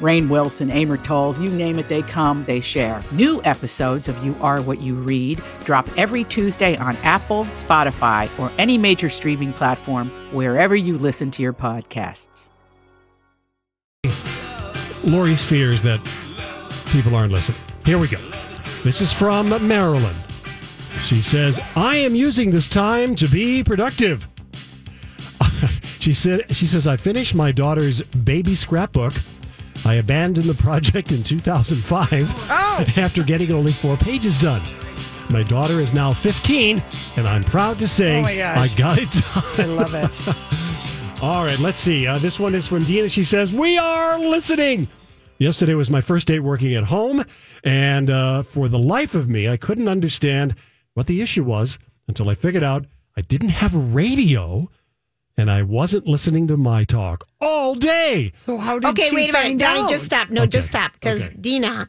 Rain Wilson, Amor Tolls, you name it, they come, they share. New episodes of You Are What You Read drop every Tuesday on Apple, Spotify, or any major streaming platform wherever you listen to your podcasts. Lori's fears that people aren't listening. Here we go. This is from Maryland. She says, I am using this time to be productive. she said she says, I finished my daughter's baby scrapbook. I abandoned the project in 2005 Oh. after getting only four pages done. My daughter is now 15, and I'm proud to say Oh my I gosh. got it done. I love it. All right, let's see. Uh, this one is from Dina. She says, We are listening. Yesterday was my first day working at home, and uh, for the life of me, I couldn't understand what the issue was until I figured out I didn't have a radio and I wasn't listening to my talk all day. So how did Okay, she wait a minute, find Donnie. out? Just stop. No, Okay, just stop. Because okay. Dina,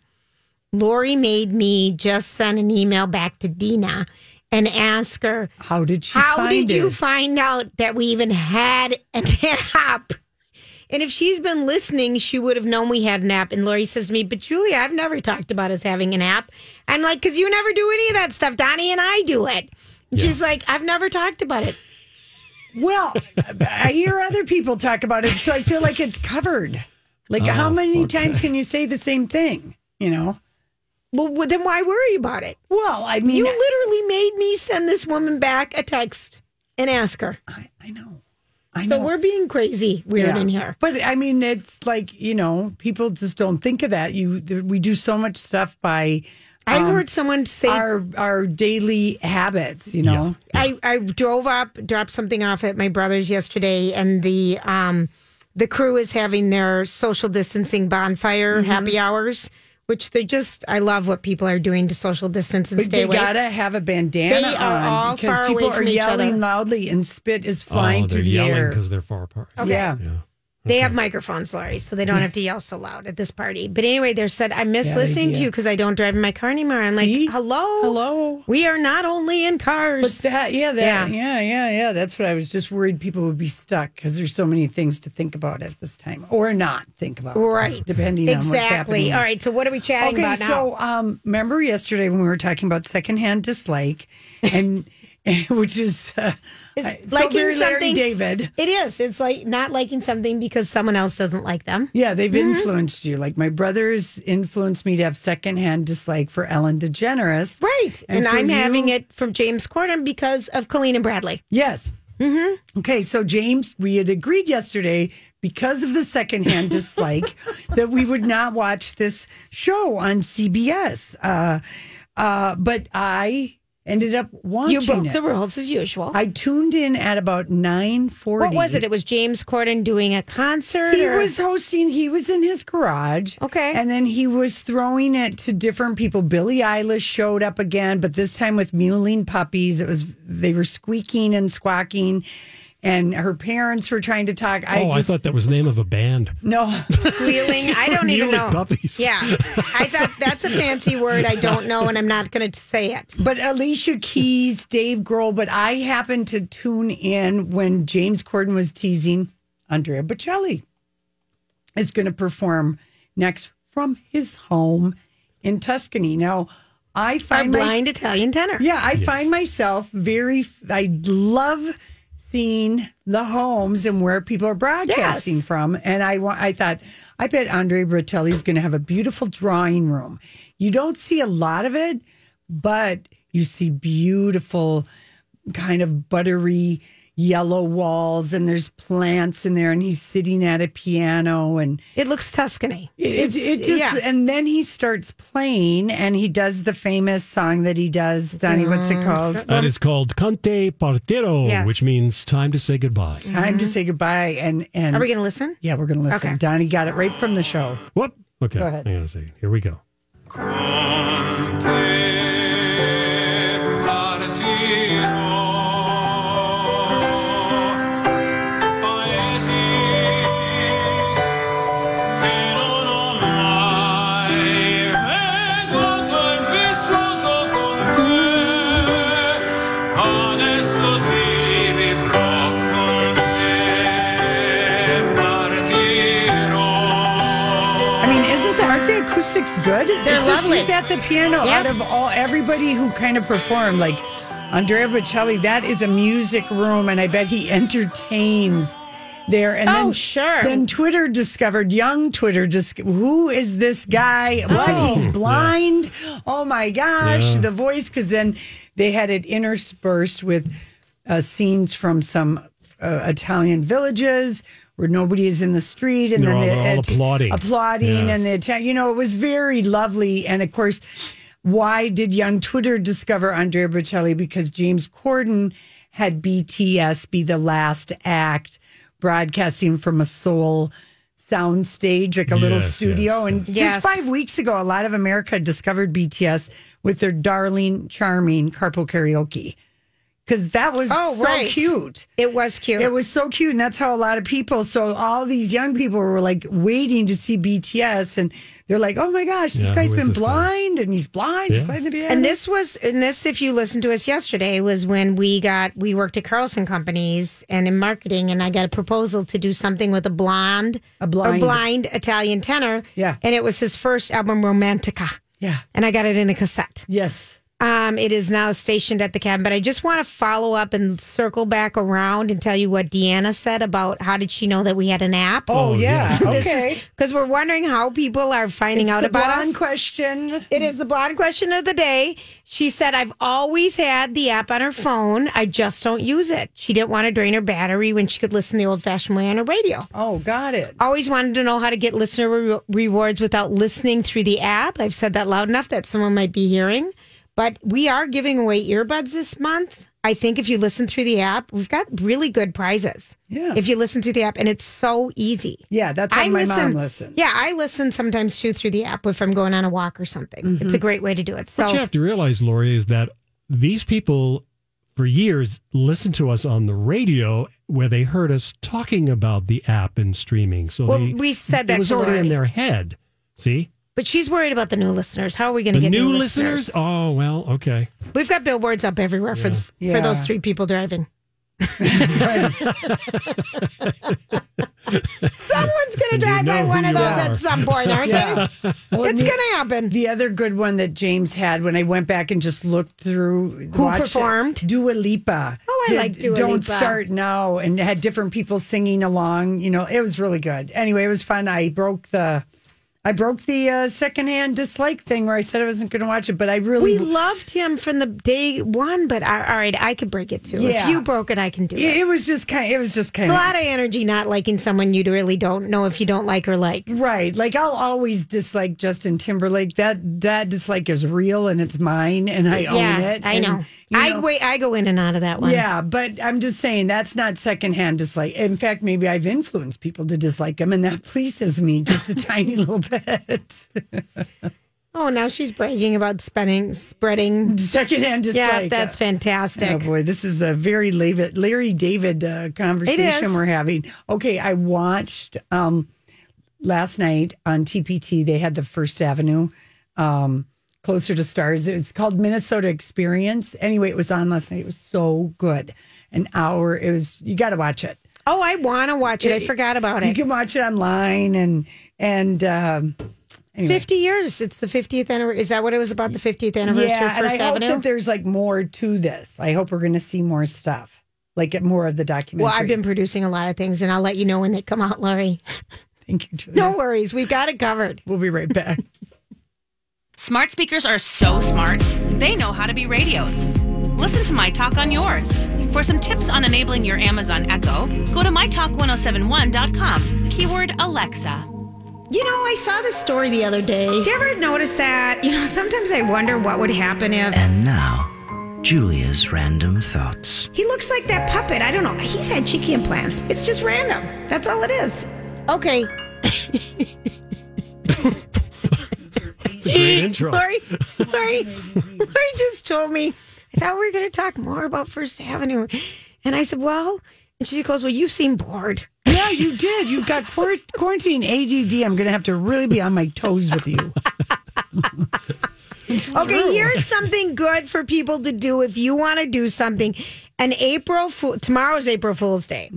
Lori made me just send an email back to Dina and ask her, How did she "How find did you it? find out that we even had an app?" And if she's been listening, she would have known we had an app. And Lori says to me, "But Julia, I've never talked about us having an app." I'm like, "Cause you never do any of that stuff. Donnie and I do it." And She's like, "I've never talked about it." well, I hear other people talk about it, so I feel like it's covered. Like, how many times can you say the same thing? You know? Well, well, then why worry about it? Well, I mean, You literally made me send this woman back a text and ask her. I, I know. I know. So we're being crazy weird Yeah. in here. But I mean, it's like you know, people just don't think of that. You, we do so much stuff by I heard someone say Um, our our daily habits. You know, I, I drove up, dropped something off at my brother's yesterday, and the um the crew is having their social distancing bonfire Mm-hmm. happy hours, which they just I love what people are doing to social distance and But stay they away. gotta have a bandana They are on all because far away people from are each yelling other. loudly and spit is flying Oh, they're through the yelling air. because they're far apart. Yeah. Yeah. They have microphones, Lori, so they don't have to yell so loud at this party. But anyway, they said I miss Yeah, they listening to do. you because I don't drive in my car anymore. I'm See? like, hello, Hello. We are not only in But cars. that, yeah, that, yeah, yeah, yeah, That's what I was just worried people would be stuck because there's so many things to think about at this time or not think about. Right. Depending on what's happening. exactly. All right. So what are we chatting Okay, about now? so um, remember yesterday when we were talking about secondhand dislike, and which is uh, Is I- so liking very Larry something- David. It is. It's like not liking something because someone else doesn't like them. Yeah, they've Mm-hmm. influenced you. Like my brothers influenced me to have secondhand dislike for Ellen DeGeneres. Right. And, for I'm you- having it from James Corden because of Colleen and Bradley. Yes. Mm-hmm. Okay, so James, we had agreed yesterday because of the secondhand dislike that we would not watch this show on CBS. Uh, uh, but I ended up watching You broke it. the rules as usual. Oh, I tuned in at about nine forty. what was it? It was James Corden doing a concert. He or- was hosting. He was in his garage. Okay. And then he was throwing it to different people. Billie Eilish showed up again, but this time with mewling puppies. It was they were squeaking and squawking, and her parents were trying to talk. I oh, just I thought that was the name of a band. no. wheeling. I don't even Mewling know. puppies. Yeah. I thought that's a fancy word. I don't know, and I'm not going to say it. But Alicia Keys, Dave Grohl, but I happened to tune in when James Corden was teasing Andrea Bocelli is going to perform next from his home in Tuscany. Now, I Our find my- blind Italian tenor. yeah, I find myself very. I love seeing the homes and where people are broadcasting Yes. from, and I want. I thought, I bet Andre Bertelli's going to have a beautiful drawing room. You don't see a lot of it, but you see beautiful, kind of buttery. yellow walls and there's plants in there and he's sitting at a piano and It looks Tuscany. it, it just yeah. and then he starts playing and he does the famous song that he does Donnie what's it Mm. called That is called Cante Partiro, Yes. which means time to say goodbye. time to say goodbye and and Mm-hmm. Are we going to listen? yeah we're gonna listen Okay. Donnie got it right from the show Whoop. Okay. Go ahead. Hang on a second. Here we go. e Adesso si vivrò con te, partirò. I mean isn't the aren't the acoustics good They're It's just lovely. he's at the piano Yeah. out of all everybody who kind of performed like Andrea Bocelli that is a music room and I bet he entertains there and Oh, then sure. then Twitter discovered young Twitter just who is this guy what he's blind oh my gosh Yeah. the voice because then they had it interspersed with uh, scenes from some uh, Italian villages where nobody is in the street and They're then all- the, all Ita- applauding. applauding Yes. and the Italian you know it was very lovely and of course why did young Twitter discover Andrea Bocelli? Because James Corden had BTS be the last act, broadcasting from a Seoul soundstage, like a little Yes, studio. yes, and yes. just five weeks ago, a lot of America discovered BTS with their darling, charming carpool karaoke. Because that was Oh, so right. cute. It was cute. It was so cute, and that's how a lot of people. So all these young people were like waiting to see BTS, and they're like, "Oh my gosh, this Yeah, guy's who is been this guy? blind, and he's blind. He's Yeah. playing the piano." and this was and this if you listened to us yesterday was when we got we worked at Carlson Companies and in marketing and I got a proposal to do something with a blonde A blind. or blind Italian tenor. Yeah. And it was his first album Romantica. yeah, And I got it in a cassette. yes, Um, it is now stationed at the cabin, but I just want to follow up and circle back around and tell you what Deanna said about how did she know that we had an app? oh, yeah, yeah. This is- okay. Because we're wondering how people are finding It's out the about blonde us. question. It is the blonde question of the day. She said, I've always had the app on her phone. I just don't use it. She didn't want to drain her battery when she could listen the old fashioned way on her radio. Oh, got it. Always wanted to know how to get listener re- rewards without listening through the app. I've said that loud enough that someone might be hearing. But we are giving away earbuds this month. I think if you listen through the app, we've got really good prizes. Yeah. If you listen through the app, and it's so easy. Yeah, that's how my mom listens. Yeah, I listen sometimes too through the app if I'm going on a walk or something. It's a great way to do it. So What you have to realize, Lori, is that these people for years listened to us on the radio where they heard us talking about the app and streaming. So Well, they, we said it that was to already in Lori. their head. See? But she's worried about the new listeners. How are we going to the get new, new listeners? Oh, well, okay. We've got billboards up everywhere for th- Yeah. for those three people driving. Someone's going to And you drive know by who one of you those are. at some point, aren't Yeah. they? It's going to happen. The other good one that James had when I went back and just looked through Who watched it, performed? Dua Lipa. Oh, I Did like Dua Don't Lipa. start now, and had different people singing along. You know, it was really good. Anyway, it was fun. I broke the. I broke the uh, secondhand dislike thing where I said I wasn't going to watch it, but I really we loved him from the day one, but I, all right, I could break it too. Yeah. If you broke it, I can do it, it. it was just kind. It was just kind It's a of lot of energy not liking someone you really don't know if you don't like or like. Right. Like I'll always dislike Justin Timberlake. That that dislike is real and it's mine and I own yeah, it. I and, know. you I wait. I go in and out of that one. Yeah, but I'm just saying that's not secondhand dislike. In fact, maybe I've influenced people to dislike him and that pleases me just a tiny little bit. Oh, now she's bragging about spending, spreading. secondhand dislike. Yeah, that's fantastic. Oh boy, this is a very Larry, Larry David uh, It is. conversation we're having. Okay, I watched um, last night on TPT. They had the First Avenue, um, closer to stars. It's called Minnesota Experience. Anyway, it was on last night. It was so good. An hour. It was. You got to watch it. Oh, I want to watch it. I forgot about You it. can watch it online and and. Um, 50 years. It's the 50th anniversary. Is that what it was about? The 50th anniversary of First and I Avenue? hope that there's like more to this. I hope we're going to see more stuff, like more of the documentary. well, I've been producing a lot of things and I'll let you know when they come out, Laurie. Thank you, Julia. No worries. We've got it covered. We'll be right back. Smart speakers are so smart, they know how to be radios. Listen to My Talk on yours. For some tips on enabling your Amazon Echo, go to mytalk1071.com, keyword Alexa. You know, I saw this story the other day. Did you ever notice that? You know, sometimes I wonder what would happen if And now, Julia's random thoughts. he looks like that puppet. I don't know. He's had cheeky implants. It's just random. That's all it is. Okay. It's a great intro. Lori, Lori, Lori just told me, I thought we were going to talk more about First Avenue. And I said, well, and she goes, well, you seem bored. Yeah, you did. You got quar- quarantine ADD. I'm going to have to really be on my toes with you. Okay, here's something good for people to do if you want to do something. An April Fool, tomorrow's April Fool's Day.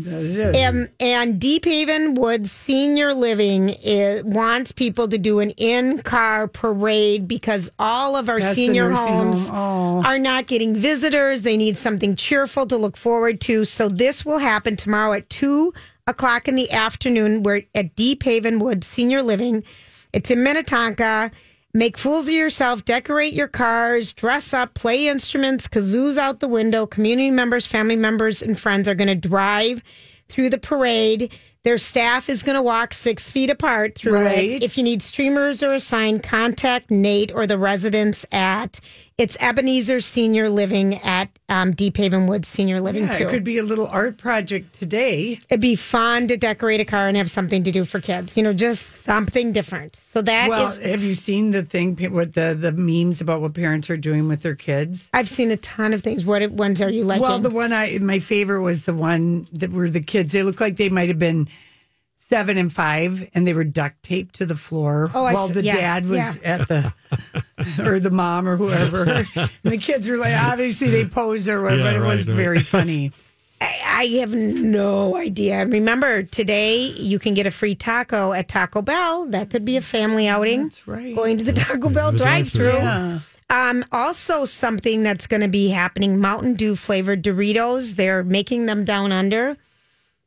Um, and Deep Haven Woods Senior Living is, wants people to do an in car parade because all of our That's the senior nursing homes home. are not getting visitors. They need something cheerful to look forward to. So this will happen tomorrow at two o'clock in the afternoon. We're at Deep Haven Woods Senior Living. It's in Minnetonka. Make fools of yourself. Decorate your cars. Dress up. Play instruments. Kazoos out the window. Community members, family members, and friends are going to drive through the parade. Their staff is going to walk six feet apart through Right. it. If you need streamers or a sign, contact Nate or the residents at it's Ebenezer Senior Living at um, Deep Haven Woods Senior Living Yeah, too. it could be a little art project today. It'd be fun to decorate a car and have something to do for kids. You know, just something different. So that is- well, have you seen the thing pa- what the the memes about what parents are doing with their kids? I've seen a ton of things. What ones are you liking? Well, the one I my favorite was the one that were the kids. They looked like they might have been seven and five, and they were duct taped to the floor Oh, I while see- the yeah, dad was at the or the mom or whoever. and the kids were like, obviously they posed or whatever. Yeah, it was right, right. very funny. I have no idea. Remember, today you can get a free taco at Taco Bell. That could be a family outing. That's right. Going to the Taco Bell the drive-thru. drive-thru. Um, also, something that's going to be happening: Mountain Dew flavored Doritos. They're making them down under.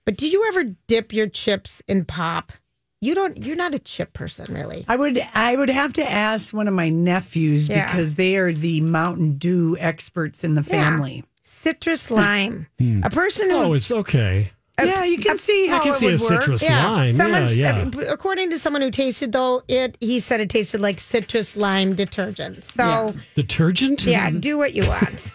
But do you ever dip your chips in pop? You don't. You're not a chip person, really. I would I would have to ask one of my nephews Yeah. because they are the Mountain Dew experts in the family. Citrus lime. A person who Oh, it's okay. Yeah, you can see how I can it see a would work. citrus lime. Someone, yeah, yeah. said- According to someone who tasted though it, he said it tasted like citrus lime detergent. So Detergent? yeah, do what you want.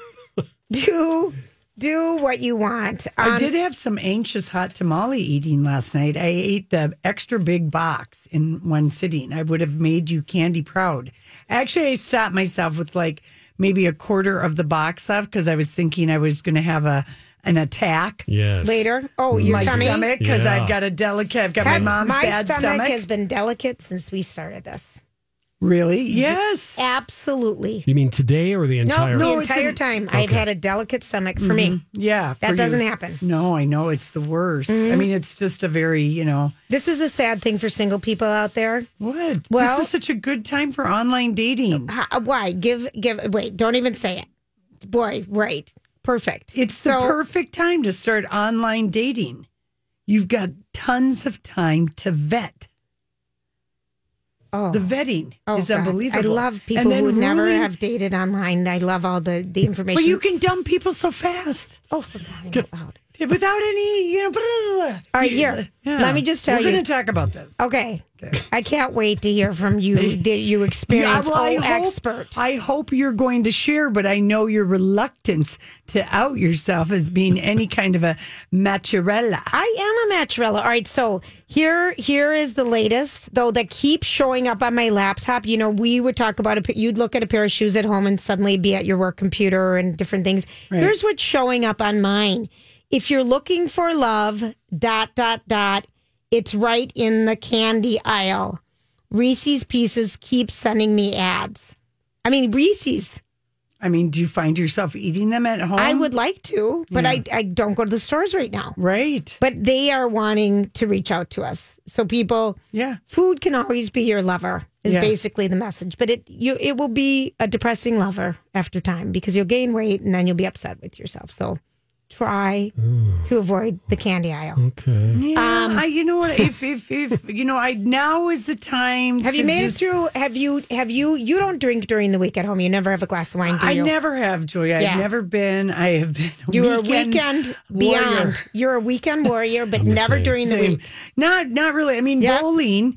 do do what you want. I Um, did have some anxious hot tamale eating last night. I ate the extra big box in one sitting. I would have made you candy proud. Actually, I stopped myself with like maybe a quarter of the box left because I was thinking I was going to have a an attack. Yes. later. Oh, your Mm-hmm. My tummy. stomach because Yeah. I've got a delicate. I've got Have- my mom's bad stomach, stomach. has been delicate since we started this. really? Yes. Absolutely. You mean today or the entire? no, No, the it's Mm-hmm. entire in- time I've had a delicate stomach for me. Yeah. That for doesn't you. happen. Mm-hmm. No, I know it's the worst. I mean, it's just a very you know This is a sad thing for single people out there. what. Well- this is such a good time for online dating. How, uh, why? Give, give, wait, don't even say it. Boy, right. Perfect. It's the So- perfect time to start online dating. You've got tons of time to vet. Oh. The vetting Oh, is God. unbelievable. I love And people then who never ruling- have dated online. I love all the, the information. Well, you can dump people so fast oh, for crying out loud. without any, you know. Blah, blah, blah. All right, here. Let me just tell We're you. going to talk about this. Okay. I can't wait to hear from you, that you experience well, oh, hope- expert. I hope you're going to share, but I know your reluctance to out yourself as being any kind of a macharella. I am a Matrella. All right, so here here is the latest though that keeps showing up on my laptop. You know, we would talk about it. You'd look at a pair of shoes at home and suddenly be at your work computer and different things. Here's what's showing up on mine. If you're looking for love, dot dot dot, it's right in the candy aisle. Reese's Pieces keeps sending me ads. I mean, Reese's. I mean, do you find yourself eating them at home? I would like to, but I, I don't go to the stores right now. Right. But they are wanting to reach out to us. So people, Yeah. food can always be your lover is Yeah. basically the message but it you it will be a depressing lover after time because you'll gain weight and then you'll be upset with yourself so try to avoid the candy aisle. Okay. Yeah, I, you know what? If if if you know, I now is the time. Have to you made just- it through? Have you? Have you? You don't drink during the week at home. You never have a glass of wine, do I you? never have, Julia. Yeah. I've never been. I have been. A You are a weekend weekend warrior. beyond. You're a weekend warrior, but I'm the never same. during the Same. week. Not not really. I mean, Yeah. bowling.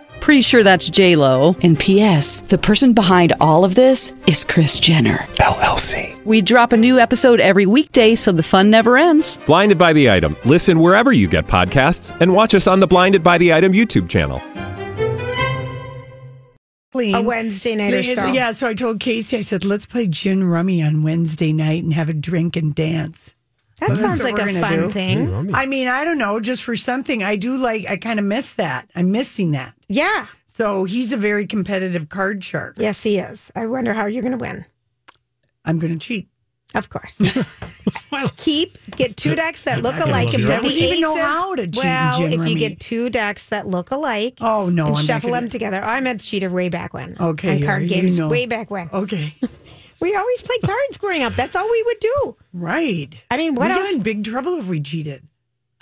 Pretty sure that's J Lo. And P.S. The person behind all of this is Chris Jenner LLC. We drop a new episode every weekday, so the fun never ends. Blinded by the item. Listen wherever you get podcasts, and watch us on the Blinded by the Item YouTube channel. A Wednesday night or so. Yeah, so I told Casey, I said, let's play gin rummy on Wednesday night and have a drink and dance. that sounds what like we're a gonna fun do. thing. I mean, I don't know, just for something. I do like, I kind of miss that. I'm missing that. Yeah. So he's a very competitive card shark. Yes, he is. I wonder how you're going to win. I'm going to cheat. Of course. Well- Keep get two decks that look gonna alike and love you. I put the don't even aces. know how to cheat in well, gin if you rummy. get two decks that look alike Oh, no. and I'm not shuffle gonna- them together. I meant cheater way back when. Okay, on card yeah, you games know. Oh. way back when. Okay. We always played cards growing up. That's all we would do. Right. I mean, what we else? got in big trouble if we cheated.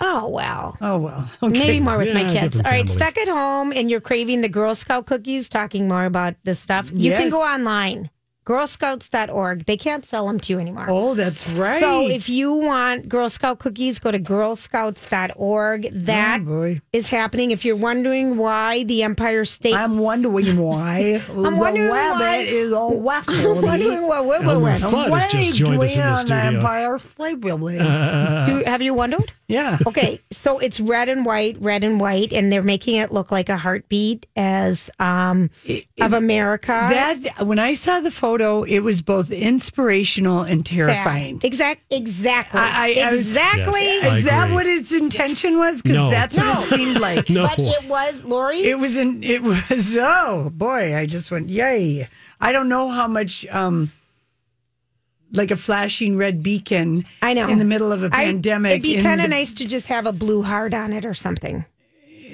Oh well. Oh, well. Okay. Maybe more with my Yeah, kids. different All right, families. stuck at home and you're craving the Girl Scout cookies, talking more about this stuff. You can Yes. go online, girlscouts.org. They can't sell them to you anymore. Oh, that's right. So if you want Girl Scout cookies, go to girlscouts.org. That Oh, is boy. happening. If you're wondering why the Empire State. I'm wondering why the wondering why- rabbit is all I'm wondering wacky. what we Elmer will win. Fudd has just joined us in the studio. Uh-huh. Empire State Building. Do- have you wondered? yeah. Uh-huh. Okay, so it's red and white, red and white, and they're making it look like a heartbeat as um, of America. That when I saw the photo, it was both inspirational and terrifying. Exact, exactly. I- I- I was- exactly. Yes, I Is that agree. what its intention was? Because No. that's what it seemed like. No. But it was Lori. It was in. It was. Oh boy! I just went yay. I don't know how much. um like a flashing red beacon. I know. In the middle of a I- pandemic. it'd be in kind of the- nice to just have a blue heart on it or something.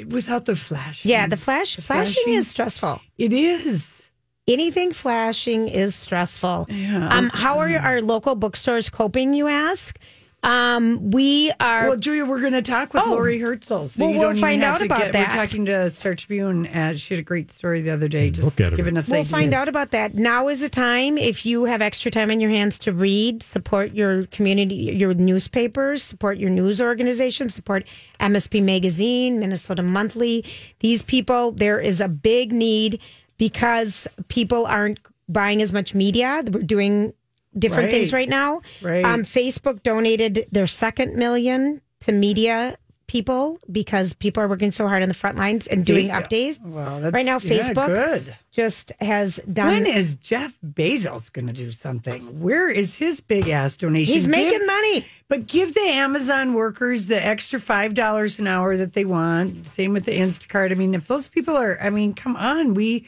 without the flash. Yeah, the flash flashing, flashing? is stressful. It is. Anything flashing is stressful. Yeah. Um, how are our local bookstores coping? You ask. Um, we are. Well, Julia, we're going to talk with Oh. Lori Hertzel. So Well, you we'll don't even find have out to about get, that. We're talking to Star Tribune. Uh, she had a great story the other day, just Look at her. giving us We'll ideas. find out about that. Now is the time if you have extra time on your hands to read, support your community, your newspapers, support your news organizations, support MSP Magazine, Minnesota Monthly. These people, there is a big need because people aren't buying as much media. We're doing different things Right. right now. Right. Um, Facebook donated their second million to media people because people are working so hard on the front lines and doing Yeah. updates. Wow, that's, right now, yeah, Facebook good. just has done. When is Jeff Bezos going to do something? Where is his big ass donation? He's making Give- money. But give the Amazon workers the extra five dollars an hour that they want. Same with the Instacart. I mean, if those people are, I mean, come on, we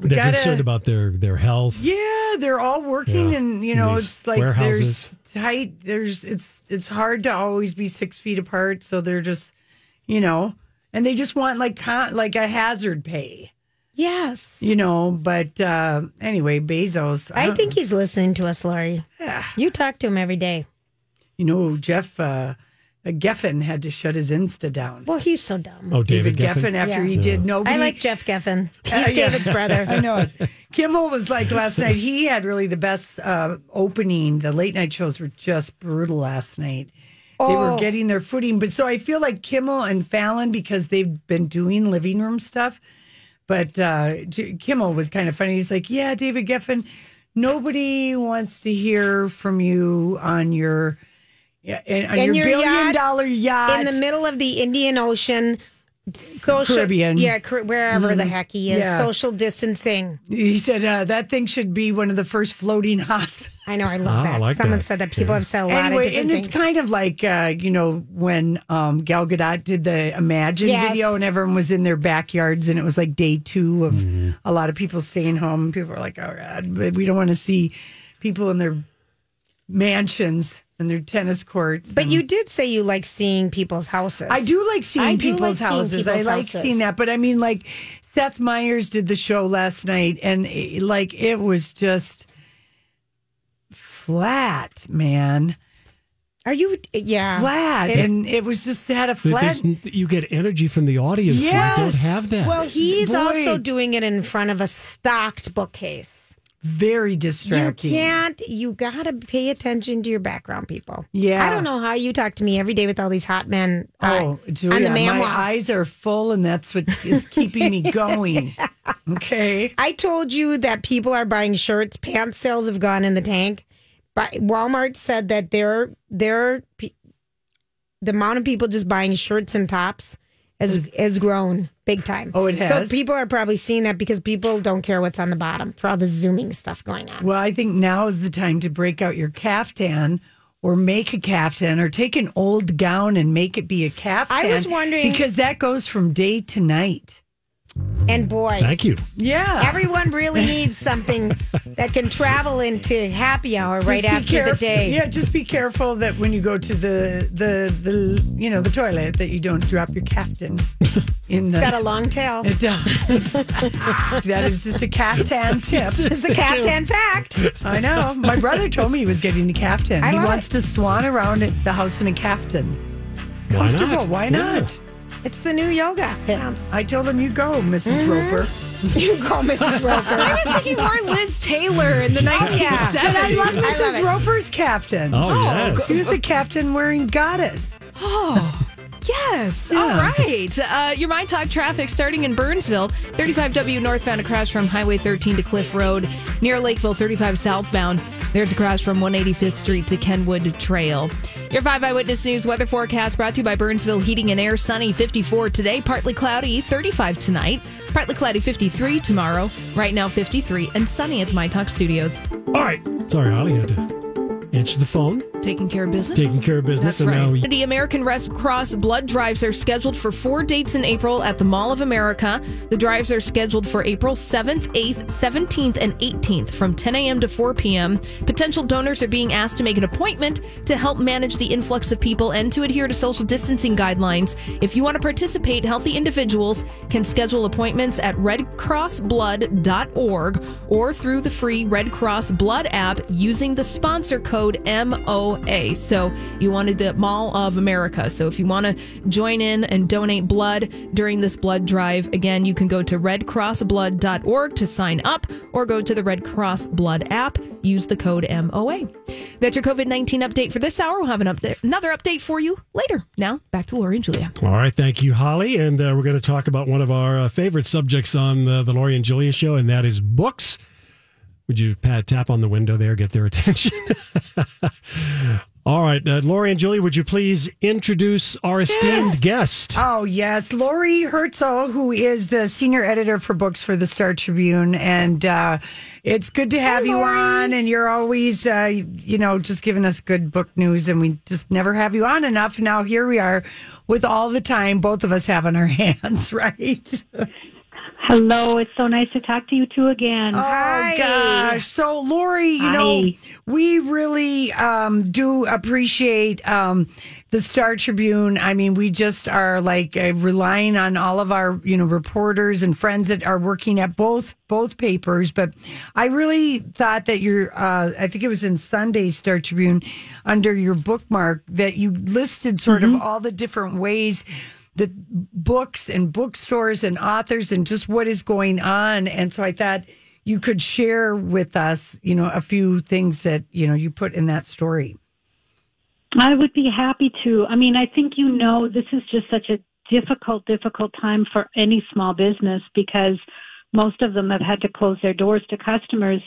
we They're gotta- concerned about their their health. Yeah, they're all working, Yeah. and you In know, these it's like warehouses. there's tight. There's it's it's hard to always be six feet apart, so they're just, you know, and they just want like con- like a hazard pay, Yes. you know. But uh, anyway, Bezos, uh, I don't- think he's listening to us, Lori. You talk to him every day. you know Jeff uh, Geffen had to shut his Insta down. Well, he's so dumb. Oh, David, Geffen. after Yeah. he did no. I like Jeff Geffen. He's Uh, yeah. David's brother. I know it. Kimmel was like last night. He had really the best uh, opening. The late night shows were just brutal last night. They were Oh. getting their footing, but so I feel like Kimmel and Fallon because they've been doing living room stuff. But uh, J- Kimmel was kind of funny. He's like, "Yeah, David Geffen, Nobody wants to hear from you on your yeah, and, on your, billion yacht, dollar yacht in the middle of the Indian Ocean, social Caribbean. yeah, Car- wherever the Mhm. heck he is, Yeah. social distancing. He said uh, that thing should be one of the first floating hospitals. I know, I love Ah, I that. like Someone that. said that people Yeah. have said a lot Anyway, of different and things. it's kind of like uh, you know when um, Gal Gadot did the Imagine Yes. video, and everyone was in their backyards, and it was like day two of a lot of people staying home. People are like, "Oh God, but we don't want to see people in their mansions and their tennis courts." But you did say you like seeing people's houses. I do like seeing I do people's like seeing houses. people's I like houses. seeing that. But I mean, like Seth Meyers did the show last night, and eh, like it was just flat, man. Are you? Yeah, flat, It- and it was just had a flat. There's- You get energy from the audience. Yes. You don't have that. Well, he's Boy. also doing it in front of a stocked bookcase. Very You distracting. can't. You gotta pay attention to your background, people. Yeah. I don't know how you talk to me every day with all these hot men. uh, Oh, Julia, on the man my walk. eyes are full, and that's what is keeping me going. Okay. I told you that people are buying shirts. Pants sales have gone in the tank. But Walmart said that their their pe- the amount of people just buying shirts and tops has has grown big time. Oh, it has? So people are probably seeing that because people don't care what's on the bottom for all the zooming stuff going on. Well, I think now is the time to break out your caftan or make a caftan or take an old gown and make it be a I caftan. was wondering- because that goes from day to night. And boy, Thank you. Yeah. everyone really needs something that can travel into happy hour right Just be after the caref- day. Yeah, just be careful that when you go to the the the you know the toilet that you don't drop your caftan in the It's got a long tail. It does. that is just a caftan tip. It's a captain fact. I know. My brother told me he was getting a caftan. I he love wants to swan around the house in a caftan. Why Comfortable. not? Why not? It's the new yoga pants. I told him, "You go, missus Roper." You go, Mrs. Roper. I was thinking more Liz Taylor in the 1970s. yeah. But I love I Mrs. love it. Roper's captain. Oh, yes. He was a captain wearing goddess. Oh, yes. All right. Uh, your Mind Talk traffic starting in Burnsville. 35W northbound, a crash from Highway 13 to Cliff Road. Near Lakeville, 35 southbound. There's a crash from 185th Street to Kenwood Trail. Your 5 Eyewitness News weather forecast brought to you by Burnsville Heating and Air. Sunny 54 today, partly cloudy, 35 tonight. Partly cloudy, 53 tomorrow. Right now, 53 and sunny at the My Talk Studios. All right. Sorry, Holly had to answer the phone, Taking care of business. taking care of business, That's and right. now we- The American Red Cross blood drives are scheduled for four dates in April at the Mall of America. The drives are scheduled for April 7th, 8th, 17th, and 18th from 10 a.m. to 4 p.m. Potential donors are being asked to make an appointment to help manage the influx of people and to adhere to social distancing guidelines. If you want to participate, healthy individuals can schedule appointments at redcrossblood.org or through the free Red Cross Blood app using the sponsor code MOA. So you wanted the Mall of America. So if you want to join in and donate blood during this blood drive, again, you can go to redcrossblood.org to sign up or go to the Red Cross Blood app. Use the code MOA. That's your COVID 19 update for this hour. We'll have an update, another update for you later. Now, back to Lori and Julia. All right, thank you, Holly. And uh, we're going to talk about one of our uh, favorite subjects on the, the Lori and Julia show, and that is books. Would you pat, tap on the window there, get their attention? All right, uh, Lori and Julia, would you please introduce our esteemed guest? Oh yes, Lori Herzl, who is the senior editor for books for the Star Tribune, and uh, it's good to have you on. And you're always, uh, you know, just giving us good book news, and we just never have you on enough. Now here we are, with all the time both of us have on our hands, right? Hello, it's so nice to talk to you two again. Oh gosh. So Lori, you know, we really um, do appreciate um, the Star Tribune. I mean, we just are like uh, relying on all of our, you know, reporters and friends that are working at both both papers, but I really thought that your uh, I think it was in Sunday's Star Tribune under your bookmark that you listed sort of all the different ways the books and bookstores and authors and just what is going on. And so I thought you could share with us, you know, a few things that, you know, you put in that story. I would be happy to. I mean, I think you know this is just such a difficult, difficult time for any small business because most of them have had to close their doors to customers.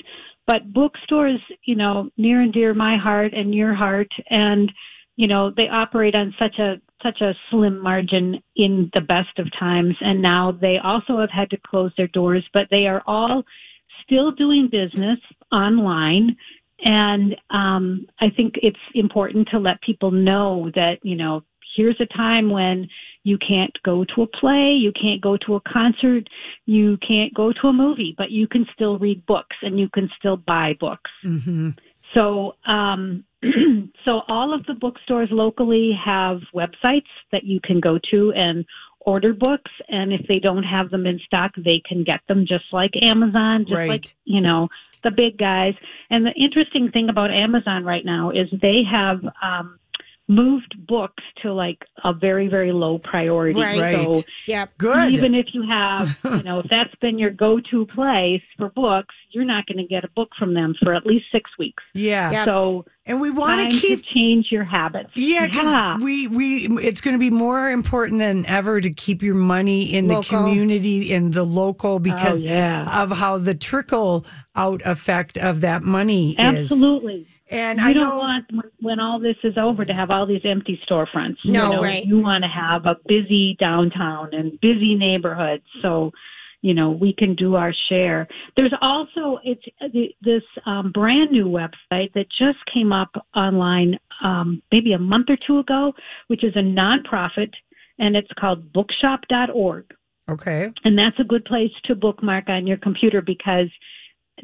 But bookstores, you know, near and dear my heart and your heart, and you know, they operate on such a such a slim margin in the best of times, and now they also have had to close their doors, but they are all still doing business online. And um, I think it's important to let people know that, you know, here's a time when you can't go to a play, you can't go to a concert, you can't go to a movie, but you can still read books and you can still buy books. Mm-hmm. So, um, so all of the bookstores locally have websites that you can go to and order books. And if they don't have them in stock, they can get them just like Amazon, just Right. like, you know, the big guys. And the interesting thing about Amazon right now is they have, um, moved books to like a very, very low priority. Right. So Yep. Good. even if you have, you know, if that's been your go-to place for books, you're not going to get a book from them for at least six weeks. Yeah. So and we want time to keep change your habits. Yeah, because Yeah. we we it's going to be more important than ever to keep your money in Local. Oh, the community in the local because yeah. of how the trickle out effect of that money is. Absolutely. And you I don't know- want when, when all this is over to have all these empty storefronts. No, you know, right. You want to have a busy downtown and busy neighborhoods, so you know we can do our share. There's also it's the- this um, brand new website that just came up online um, maybe a month or two ago, which is a nonprofit, and it's called Bookshop.org. Okay. And that's a good place to bookmark on your computer because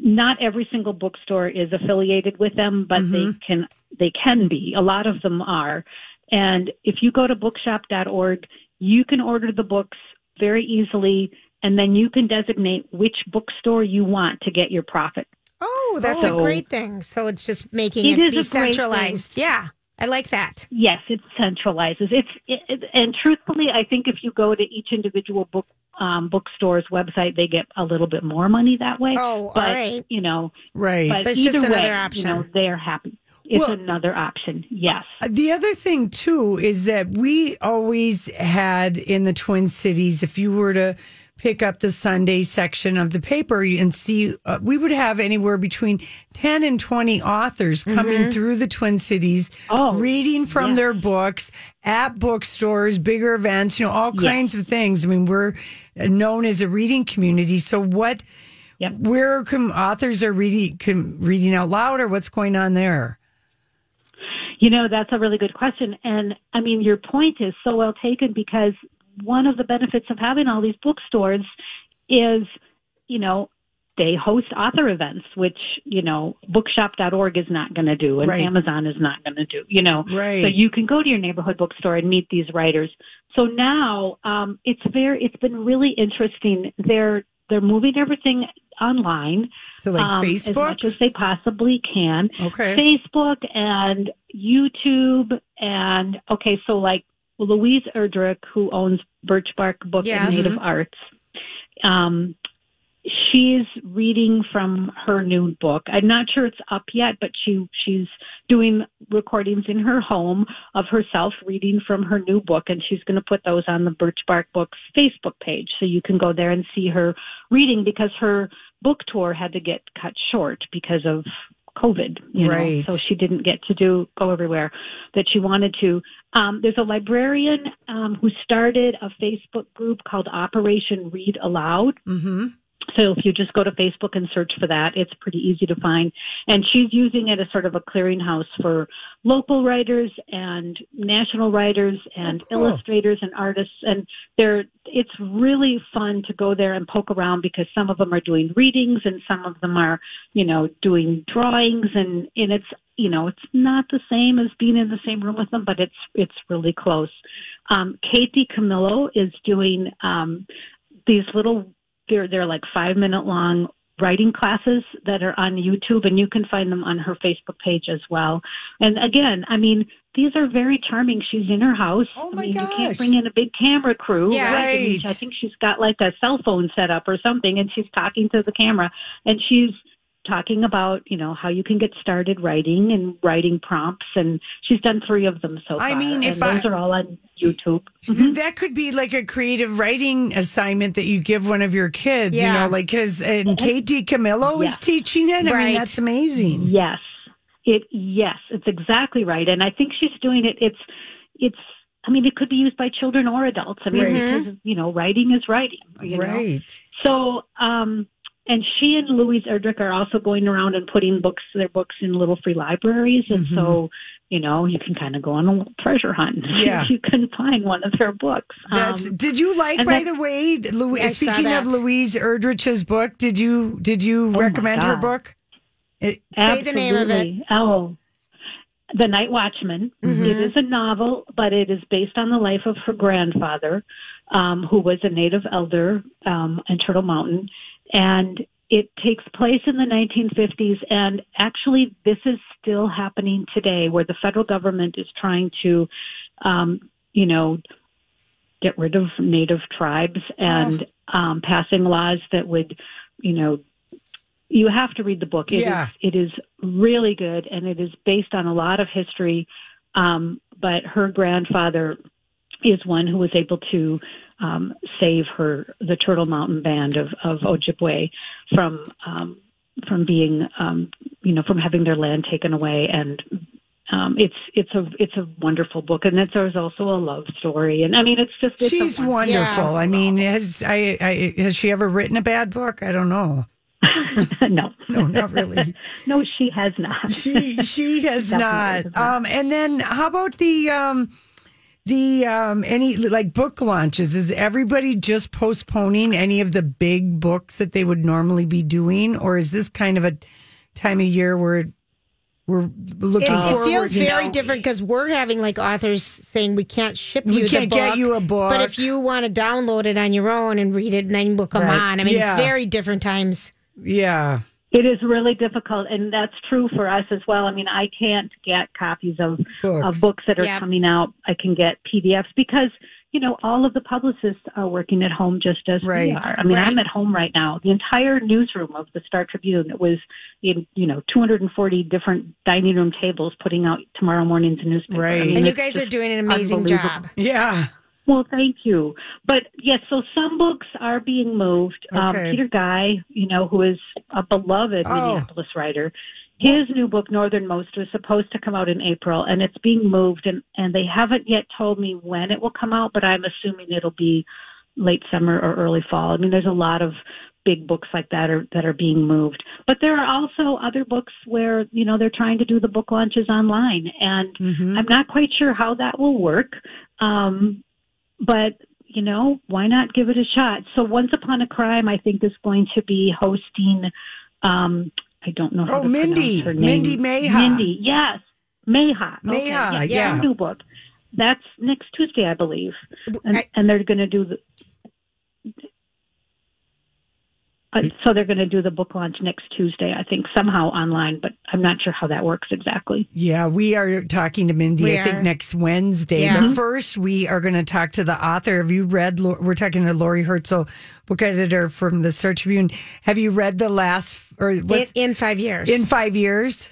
not every single bookstore is affiliated with them, but they can they can be. A lot of them are. And if you go to bookshop.org, you can order the books very easily and then you can designate which bookstore you want to get your profit. Oh, that's Oh. a great thing. So it's just making It it, is a be great thing. centralized. Yeah, I like that. Yes, it centralizes. It's it, it- and truthfully, I think if you go to each individual book um, bookstore's website, they get a little bit more money that way. Oh, all but, right. You know, Right. But So it's either just another way, option. You know, they're happy. It's Well- another option. Yes. The other thing too is that we always had in the Twin Cities, if you were to pick up the Sunday section of the paper and see, uh, we would have anywhere between ten and twenty authors coming through the Twin Cities, Mm-hmm. Oh, reading from yes. their books at bookstores, bigger events, you know, all Yes. kinds of things. I mean, we're uh, known as a reading community, so what? Yep. Where can authors are reading can, reading out loud, or what's going on there? You know, that's a really good question. And I mean, your point is so well taken because one of the benefits of having all these bookstores is, you know, they host author events, which, you know, bookshop.org is not going to do and Right. Amazon is not going to do, you know. Right. So you can go to your neighborhood bookstore and meet these writers. So now, um, it's very, it's been really interesting. They're, they're moving everything online. So like um, As Facebook. much as they possibly can. Okay. Facebook and YouTube and okay, so like Louise Erdrich, who owns Birchbark Book Yes. and Mm-hmm. Native Arts, um, she's reading from her new book. I'm not sure it's up yet, but she she's doing recordings in her home of herself reading from her new book, and she's going to put those on the Birchbark Books Facebook page, so you can go there and see her reading because her book tour had to get cut short because of COVID, you Right. know, so she didn't get to do go everywhere that she wanted to. Um, there's a librarian um, who started a Facebook group called Operation Read Aloud. Mm-hmm. So if you just go to Facebook and search for that, it's pretty easy to find. And she's using it as sort of a clearinghouse for local writers and national writers and cool. illustrators and artists. And they're, it's really fun to go there and poke around because some of them are doing readings and some of them are, you know, doing drawings and, and it's, you know, it's not the same as being in the same room with them, but it's, it's really close. Um, Katie Camillo is doing, um, these little they're they're like five minute long writing classes that are on YouTube and you can find them on her Facebook page as well. And again, I mean, these are very charming. She's in her house. Oh I my mean, you gosh. can't bring in a big camera crew. Yeah. right? I, mean, Right. I think she's got like a cell phone set up or something and she's talking to the camera and she's talking about, you know, how you can get started writing and writing prompts. And she's done three of them so far. I mean, if and those I- are all on YouTube. That could be like a creative writing assignment that you give one of your kids, you Yeah. know, like his and Katie Camillo is teaching it. I mean, that's amazing. Yes. It yes, it's exactly right. And I think she's doing it it's it's I mean it could be used by children or adults. I mean Right. because, you know, writing is writing. You Know? Mm-hmm. Right. So, um, and she and Louise Erdrich are also going around and putting books, their books in little free libraries. And so, you know, you can kind of go on a little treasure hunt and see Mm-hmm. Yeah. if you can find one of their books. Um, That's, did you like, and by that's- the way, Louis, I saw speaking of that. Oh Louise Erdrich's book, did you did you recommend her God. book? It, Absolutely. Oh, The Night Watchman. It is a novel, but it is based on the life of her grandfather, um, who was a native elder um, in Turtle Mountain. And it takes place in the 1950s. And actually, this is still happening today, where the federal government is trying to, um, you know, get rid of native tribes and um, passing laws that would, you know, you have to read the book. It is Yeah. it is really good, and it is based on a lot of history. Um, but her grandfather is one who was able to um, save her the Turtle Mountain Band of, of Ojibwe from um, from being um, you know from having their land taken away and um, it's it's a it's a wonderful book and it's there's also a love story and I mean it's just it's a She's wonderful- wonderful. I mean, has I, I has she ever written a bad book? I don't know. no, no, not really. no, she has not. She she has not. Definitely has Um, and then how about the um, the um, any like book launches? Is everybody just postponing any of the big books that they would normally be doing, or is this kind of a time of year where we're looking It's- forward? it feels you very know? different because we're having like authors saying we can't ship We you can't the book, get you a but book. if you want to download it on your own and read it and then we'll come Right. on. I mean, Yeah. it's very different times. Yeah. It is really difficult, and that's true for us as well. I mean, I can't get copies of books, of books that are Yep. coming out. I can get PDFs because you know all of the publicists are working at home just as we Right. are. I mean, Right. I'm at home right now. The entire newsroom of the Star Tribune was in you know 240 different dining room tables putting out tomorrow morning's newspaper. I mean, And you it's guys just are doing an amazing unbelievable. job. Yeah. Well, thank you. But yes, so some books are being moved. Um, Okay. Peter Guy, you know, who is a beloved Oh. Minneapolis writer, his new book, Northernmost, was supposed to come out in April, and it's being moved, and, and they haven't yet told me when it will come out, but I'm assuming it'll be late summer or early fall. I mean, there's a lot of big books like that are that are being moved. But there are also other books where you know they're trying to do the book launches online, and Mm-hmm. I'm not quite sure how that will work. Um, but you know, why not give it a shot? So, Once Upon a Crime, I think is going to be hosting. Um, I don't know. How Oh, to Mindy. pronounce her name. Mindy Mayha. Mindy, yes, Mayha. Okay, Mayha, yes, yeah. her new book. That's next Tuesday, I believe, and, and they're going to do the. Uh, so they're going to do the book launch next Tuesday, I think, somehow online, but I'm not sure how that works exactly. Yeah, we are talking to Mindy, We I think, are. next Wednesday. Yeah. But first, we are going to talk to the author. Have you read, Lo- we're talking to Lori Herzl, book editor from the Star Tribune. Have you read the last, or In, what's, in five years. in five years?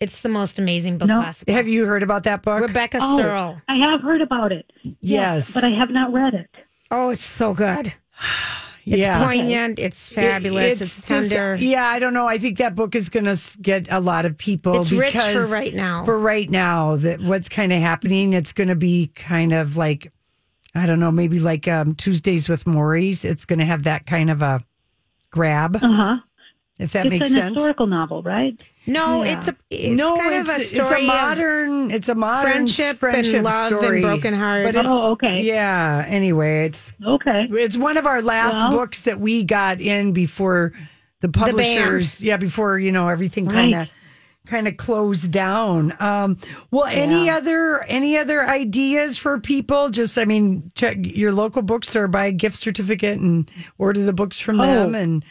it's the most amazing book possible. Have you heard about that book? Rebecca Oh, Searle. I have heard about it. Yes. But I have not read it. Oh, it's so good. It's Yeah. poignant. It's It- fabulous. it's, just- tender. yeah, I don't know. I think that book is going to get a lot of people. It's rich for because right now. For right now, that what's kind of happening, it's going to be kind of like, I don't know, maybe like um, Tuesdays with Maury's. It's going to have that kind of a grab. Uh huh. If that it's makes an sense. historical novel, right No, it's a it's no, kind it's, of a it's story of- modern, it's a modern friendship and love and story. broken hearts. But it's- Oh, okay. Yeah. Anyway, it's okay. It's one of our last Well- books that we got in before the publishers. yeah, before you know everything kind of Right. kind of closed down. Um, well, any Yeah. other any other ideas for people? Just I mean, check your local bookstore, buy a gift certificate, and order the books from Oh. them, and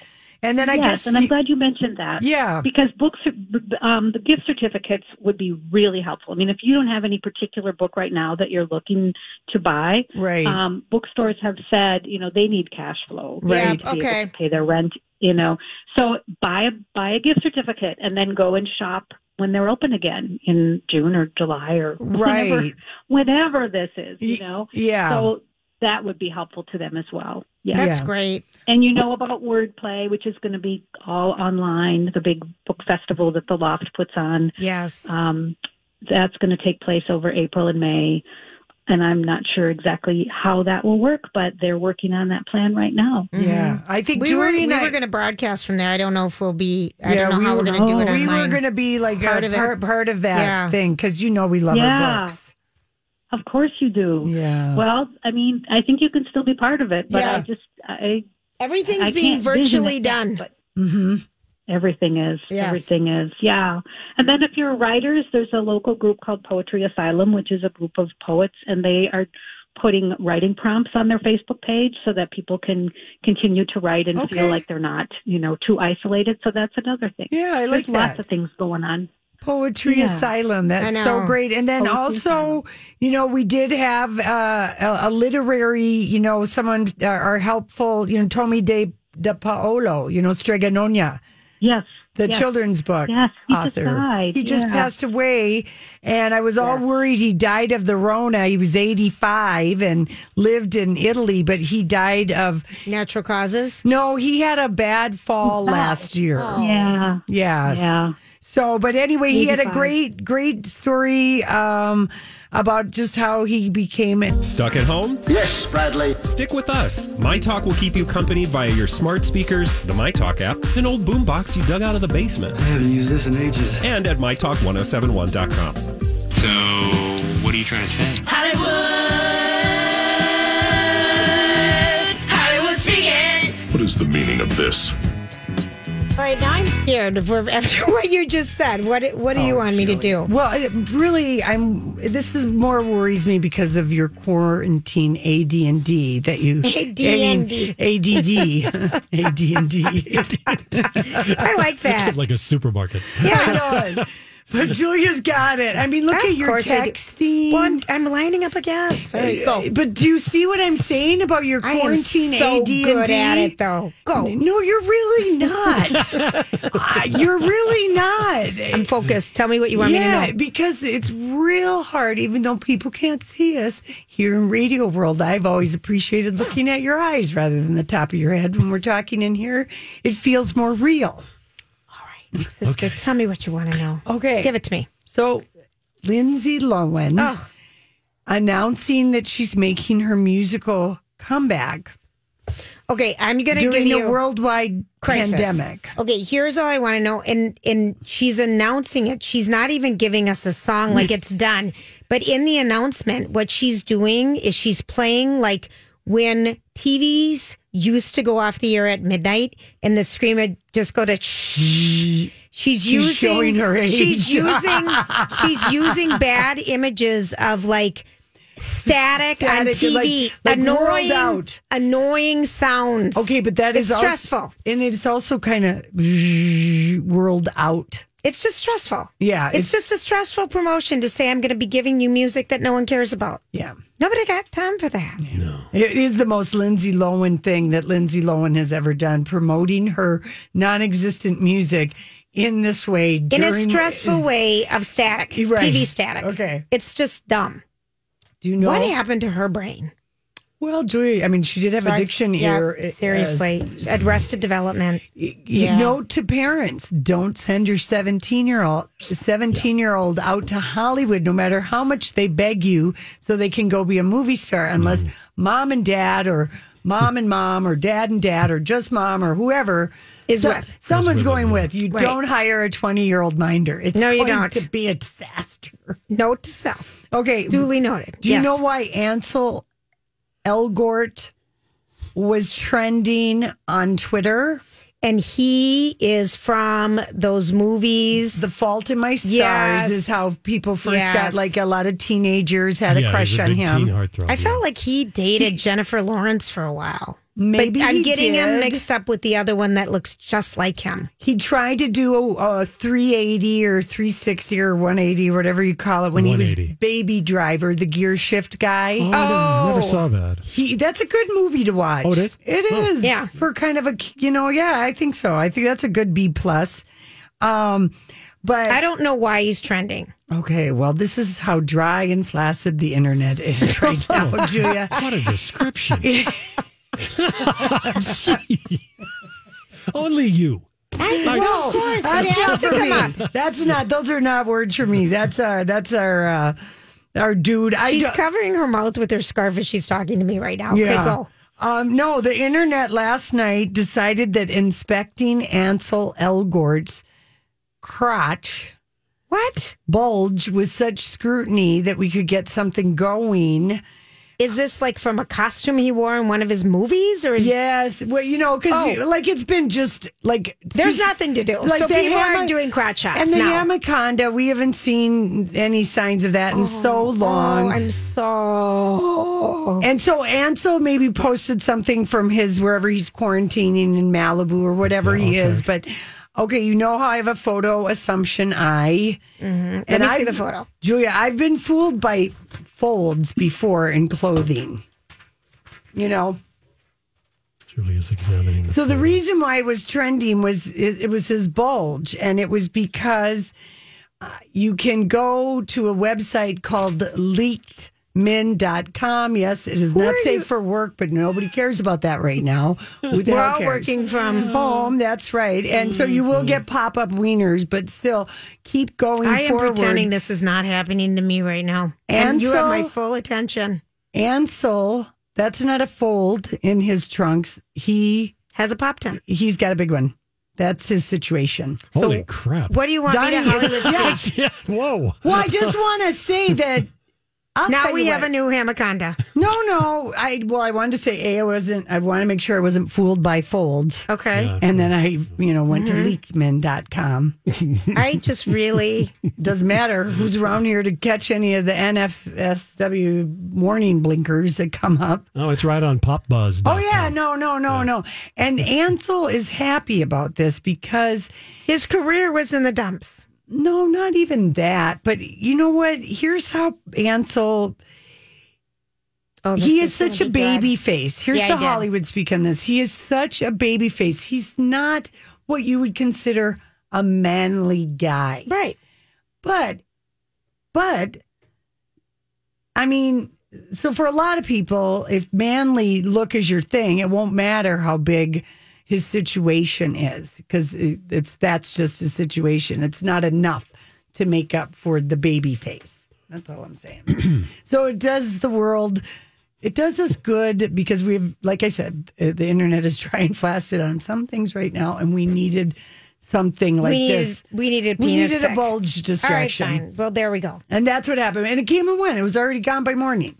And then I yes, guess and I'm you- glad you mentioned that. Yeah. because books, are- um, the gift certificates would be really helpful. I mean, if you don't have any particular book right now that you're looking to buy, Right. Um, bookstores have said you know they need cash flow, They Right. need to be able to Okay. pay their rent, you know. So buy a buy a gift certificate and then go and shop when they're open again in June or July or whenever, Right. whenever this is, you know. yeah. So that would be helpful to them as well. Yeah. That's Yeah. great. And you know about wordplay, which is going to be all online, the big book festival that the Loft puts on. Yes. Um, that's going to take place over April and May. And I'm not sure exactly how that will work, but they're working on that plan right now. Yeah. mm-hmm. I think we were, Julie we and I- were going to broadcast from there. I don't know if we'll be. I Yeah, don't know we how were- Oh, we're going to do it. We were online. going to be like Part a of it. part, part of that Yeah. thing because you know we love our Yeah. books. Of course you do. Yeah. Well, I mean, I think you can still be part of it, but Yeah. I just, I. Everything's I being can't vision virtually it done. Mm-hmm. Everything is. Yes. Everything is. Yeah. And then if you're writers, there's a local group called Poetry Asylum, which is a group of poets, and they are putting writing prompts on their Facebook page so that people can continue to write and Okay. feel like they're not, you know, too isolated. So that's another thing. Yeah, I like there's that. lots of things going on. Poetry Yeah. Asylum. I That's know. so great. And then Poetry also, you know, we did have uh, a, a literary, you know, someone, uh, our helpful, you know, Tommy De, De Paolo, you know, Stregononia. Yes. The Yes. children's book Yes, he just author. died. He just Yeah. passed away, and I was all worried he died of the Rona. He was 85 and lived in Italy, but he died of natural causes. No, he had a bad fall last year. Oh. Yeah. Yes. Yeah. So, but anyway, he had a 85. great, great story um, about just how he became. Stuck at home? Yes, Bradley. Stick with us. My Talk will keep you company via your smart speakers, the My Talk app, an old boombox you dug out of the basement. I haven't used this in ages. And at mytalk1071.com. So, what are you trying to say? Hollywood, Hollywood speaking. What is the meaning of this? All right, now I'm scared. If we're, after what you just said, what what Oh, do you want me to do? Well, it, really, I'm. This is more worries me because of your quarantine AD&D that you AD&D. ADD AD&D. I like that. It's like a supermarket. Yes. But Julia's got it. I mean, look Of at your course I do. texting. Well, I'm, I'm lining up a guest. All right, go. But do you see what I'm saying about your I am quarantine so AD? good at it, though. Go. No, you're really not. Uh, you're really not. I'm focused. Tell me what you want me to yeah, know. because it's real hard, even though people can't see us here in radio world. I've always appreciated looking at your eyes rather than the top of your head when we're talking in here. It feels more real. Sister, tell me what you want to know. Okay. Give it Ah. to me. So, Lindsay Lohan announcing that she's making her musical comeback Okay, I'm going to give during you a worldwide crisis. pandemic. Okay, here's all I want to know. And and she's announcing it. She's not even giving us a song like it's done. But in the announcement, what she's doing is she's playing like when TVs used to go off the air at midnight and the scream would just go to shh. She's She's using showing her age. She's using she's using bad images of like static, on Static, TV, like- like whirled annoying out. annoying sounds. Okay, but that it's is also- stressful. and it's also kind of world out. It's just stressful. Yeah, It's, just a stressful promotion to say I'm going to be giving you music that no one cares about. yeah. Nobody got time for that. It is the most Lindsay Lohan thing that Lindsay Lohan has ever done, promoting her non-existent music in this way In a during- stressful way of static, Right. TV static. Okay. It's just dumb. Do you know What happened to her brain? Well, Julia, I mean, she did have Drugs? addiction Yeah, here. uh, seriously. Arrested development. you Yeah. note to parents don't send your 17 year old 17 year old out to hollywood no matter how much they beg you so they can go be a movie star unless Mm-hmm. mom and dad or mom and mom or dad and dad or just mom or whoever Is so- with. someone's Is with going them, yeah. with you Right. don't hire a 20 year old minder it's No, you going don't. to be a disaster Note to self. okay Duly noted. do you Yes. know why ansel elgort was trending on twitter And he is from those movies. The Fault in My Stars Yes. is how people first Yes. got like a lot of teenagers had Yeah, a crush he's a on big him. teen heartthrob, I felt like he dated Jennifer Lawrence for a while. Maybe but I'm he getting him did. mixed up with the other one that looks just like him. He tried to do a, a 380 or 360 or 180, whatever you call it, when he was 180. Baby Driver, the gear shift guy. Oh, I never saw that. He, that's a good movie to watch. Oh, it is? It Oh. is. Yeah. For kind of a, you know, yeah, I think so. I think that's a good B plus. Um, but I don't know why he's trending. Okay, well, this is how dry and flaccid the internet is right Oh. now, Julia. What a description. Gee. Only you. No, Like, course, that's it has not to for come me. That's not. Those are not words for me. That's our. That's our. Uh, our dude. I She's don't- covering her mouth with her scarf as she's talking to me right now. Okay, go. Um, no, the internet last night decided that inspecting Ansel Elgort's crotch what bulge was such scrutiny that we could get something going. Is this like from a costume he wore in one of his movies, or is yes? Well, you know, because Oh. like it's been just like There's nothing to do. So the people aren't doing crotch shots and the now. Anaconda. We haven't seen any signs of that in so long. Oh, Oh. I'm so. And so Ansel maybe posted something from his wherever he's quarantining in Malibu or whatever he is. But okay, you know how I have a photo assumption eye. Mhm. Let And me see I've- the photo. Julia, I've been fooled by folds before in clothing. You know, Julia's examining. so the reason why it was trending was it, it was his bulge, and it was because uh, you can go to a website called leakedmen.com. Yes, it is not safe for work, but nobody cares about that right now. Who the We're hell all cares? working from Mm-hmm. home. That's right. And so you will get pop up wieners, but still keep going I am forward. pretending this is not happening to me right now, and, And you have my so- full attention. Ansel, that's not a fold in his trunks. He Has a pop tent. he's got a big one. That's his situation. Holy crap. What do you want me Donnie, to Hollywood? it's- speak? Yeah, whoa. Well, I just want to say that. I'll Now tell we you have what. a new Hamaconda. No, no. I well, I wanted to say a. I wasn't. I want to make sure I wasn't fooled by folds. Okay. And then I, you know, went to leakman.com. I just really Doesn't matter who's around here to catch any of the NFSW warning blinkers that come up. Oh, it's right on Pop Buzz. Oh yeah, no, no, no, no. And Ansel is happy about this because his career was in the dumps. no, not even that. But you know what? Here's how Ansel Oh, this he is gonna such a be good. baby face. Here's Yeah, the he did. Hollywood speak on this. He is such a baby face. He's not what you would consider a manly guy. Right. But, but, I mean, so for a lot of people, if manly look is your thing, it won't matter how big his situation is because it's that's just a situation. It's not enough to make up for the baby face. That's all I'm saying. so it does the world. It does us good because we've, like I said, uh, the internet is dry and flaccid on some things right now, and we needed something like we needed, this. We needed We penis needed a pic. bulge distraction. All right, fine. Well, there we go. And that's what happened. And it came and went. It was already gone by morning.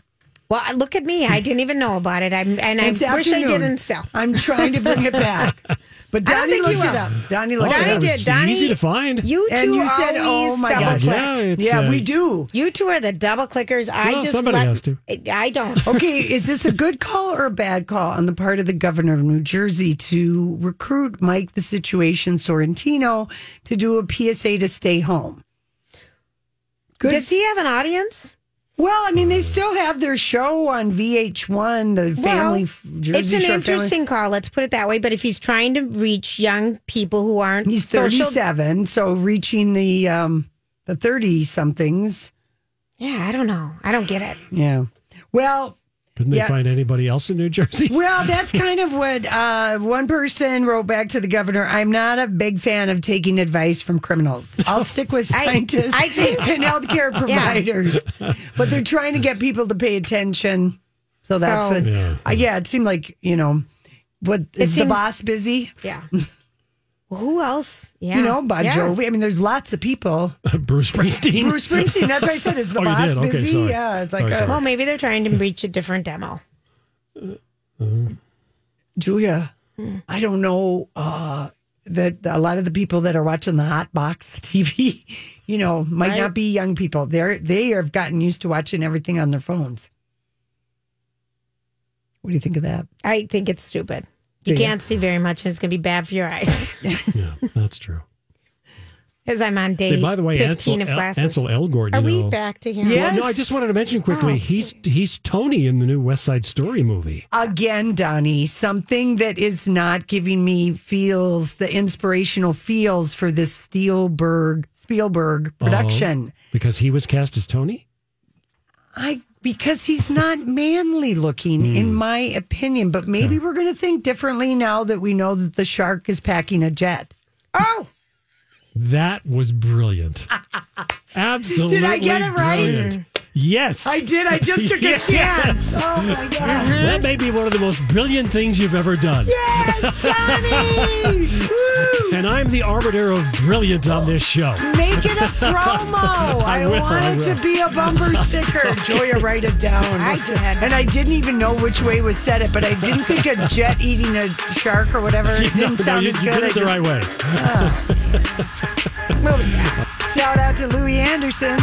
Well, I- look at me. I didn't even know about it. I'm, and I It's wish I afternoon. didn't still. I'm trying to bring it back. But I don't Donnie think you looked it will. up. Donnie looked Donnie it up. did. Donnie- Easy to find. You two And you said, always oh my double God. click. Yeah, it's, yeah, uh, we do. You two are the double clickers. I Well, just somebody let- has to. I don't. Okay, is this a good call or a bad call on the part of the governor of New Jersey to recruit Mike the Situation Sorrentino to do a PSA to stay home? Good. Does he have an audience? well, I mean, they still have their show on VH1, the family. Jersey it's an Shore family- interesting call. Let's put it that way. But if he's trying to reach young people who aren't He's social- 37, so reaching the um the 30 somethings. yeah, I don't know. I don't get it. Yeah. Well, Couldn't they Yeah. find anybody else in New Jersey? well, that's kind of what uh, one person wrote back to the governor. I'm not a big fan of taking advice from criminals. I'll stick with I- scientists I think- and healthcare providers, but they're trying to get people to pay attention. So that's So- what. Yeah. Yeah. yeah, it seemed like you know, what is seemed- the boss busy? Yeah. Well, who else? Yeah. You know, Bon yeah. Jovi. I mean, there's lots of people. Bruce Springsteen. Bruce Springsteen. That's what I said. Is the Oh, you boss did? Okay, busy? sorry. Yeah, it's like Sorry, uh, sorry. Well, maybe they're trying to reach a different demo. Julia. I don't know uh, that a lot of the people that are watching the hot box TV, you know, might Right. not be young people. They're they have gotten used to watching everything on their phones. What do you think of that? I think it's stupid. You Do you? can't see very much, and it's going to be bad for your eyes. yeah, that's true. As I'm on day. Hey, by the way, 15 Ansel, of El- classes. Ansel Elgort. You Are we know- back to him? Well, no, I just wanted to mention quickly. Oh, He's he's Tony in the new West Side Story movie. Again, Donnie, something that is not giving me feels, the inspirational feels for this Spielberg Spielberg production. Oh, because he was cast as Tony. I because he's not manly looking, in my opinion. But maybe we're going to think differently now that we know that the shark is packing a jet. Oh, That was brilliant. Absolutely. Did I get it right? brilliant. Yes. I did. I just took a Yes. chance. Oh my god! That may be one of the most brilliant things you've ever done. Yes, Donnie! Woo! And I'm the arbiter of brilliant on this show. Make it a promo. I, I will, want I it to will. be a bumper sticker. Joya, write it down. I did. And I didn't even know which way was said it, but I didn't think a jet eating a shark or whatever it No, no, didn't sound you, as you good. did I it the just- right way. Shout out to Louis Anderson.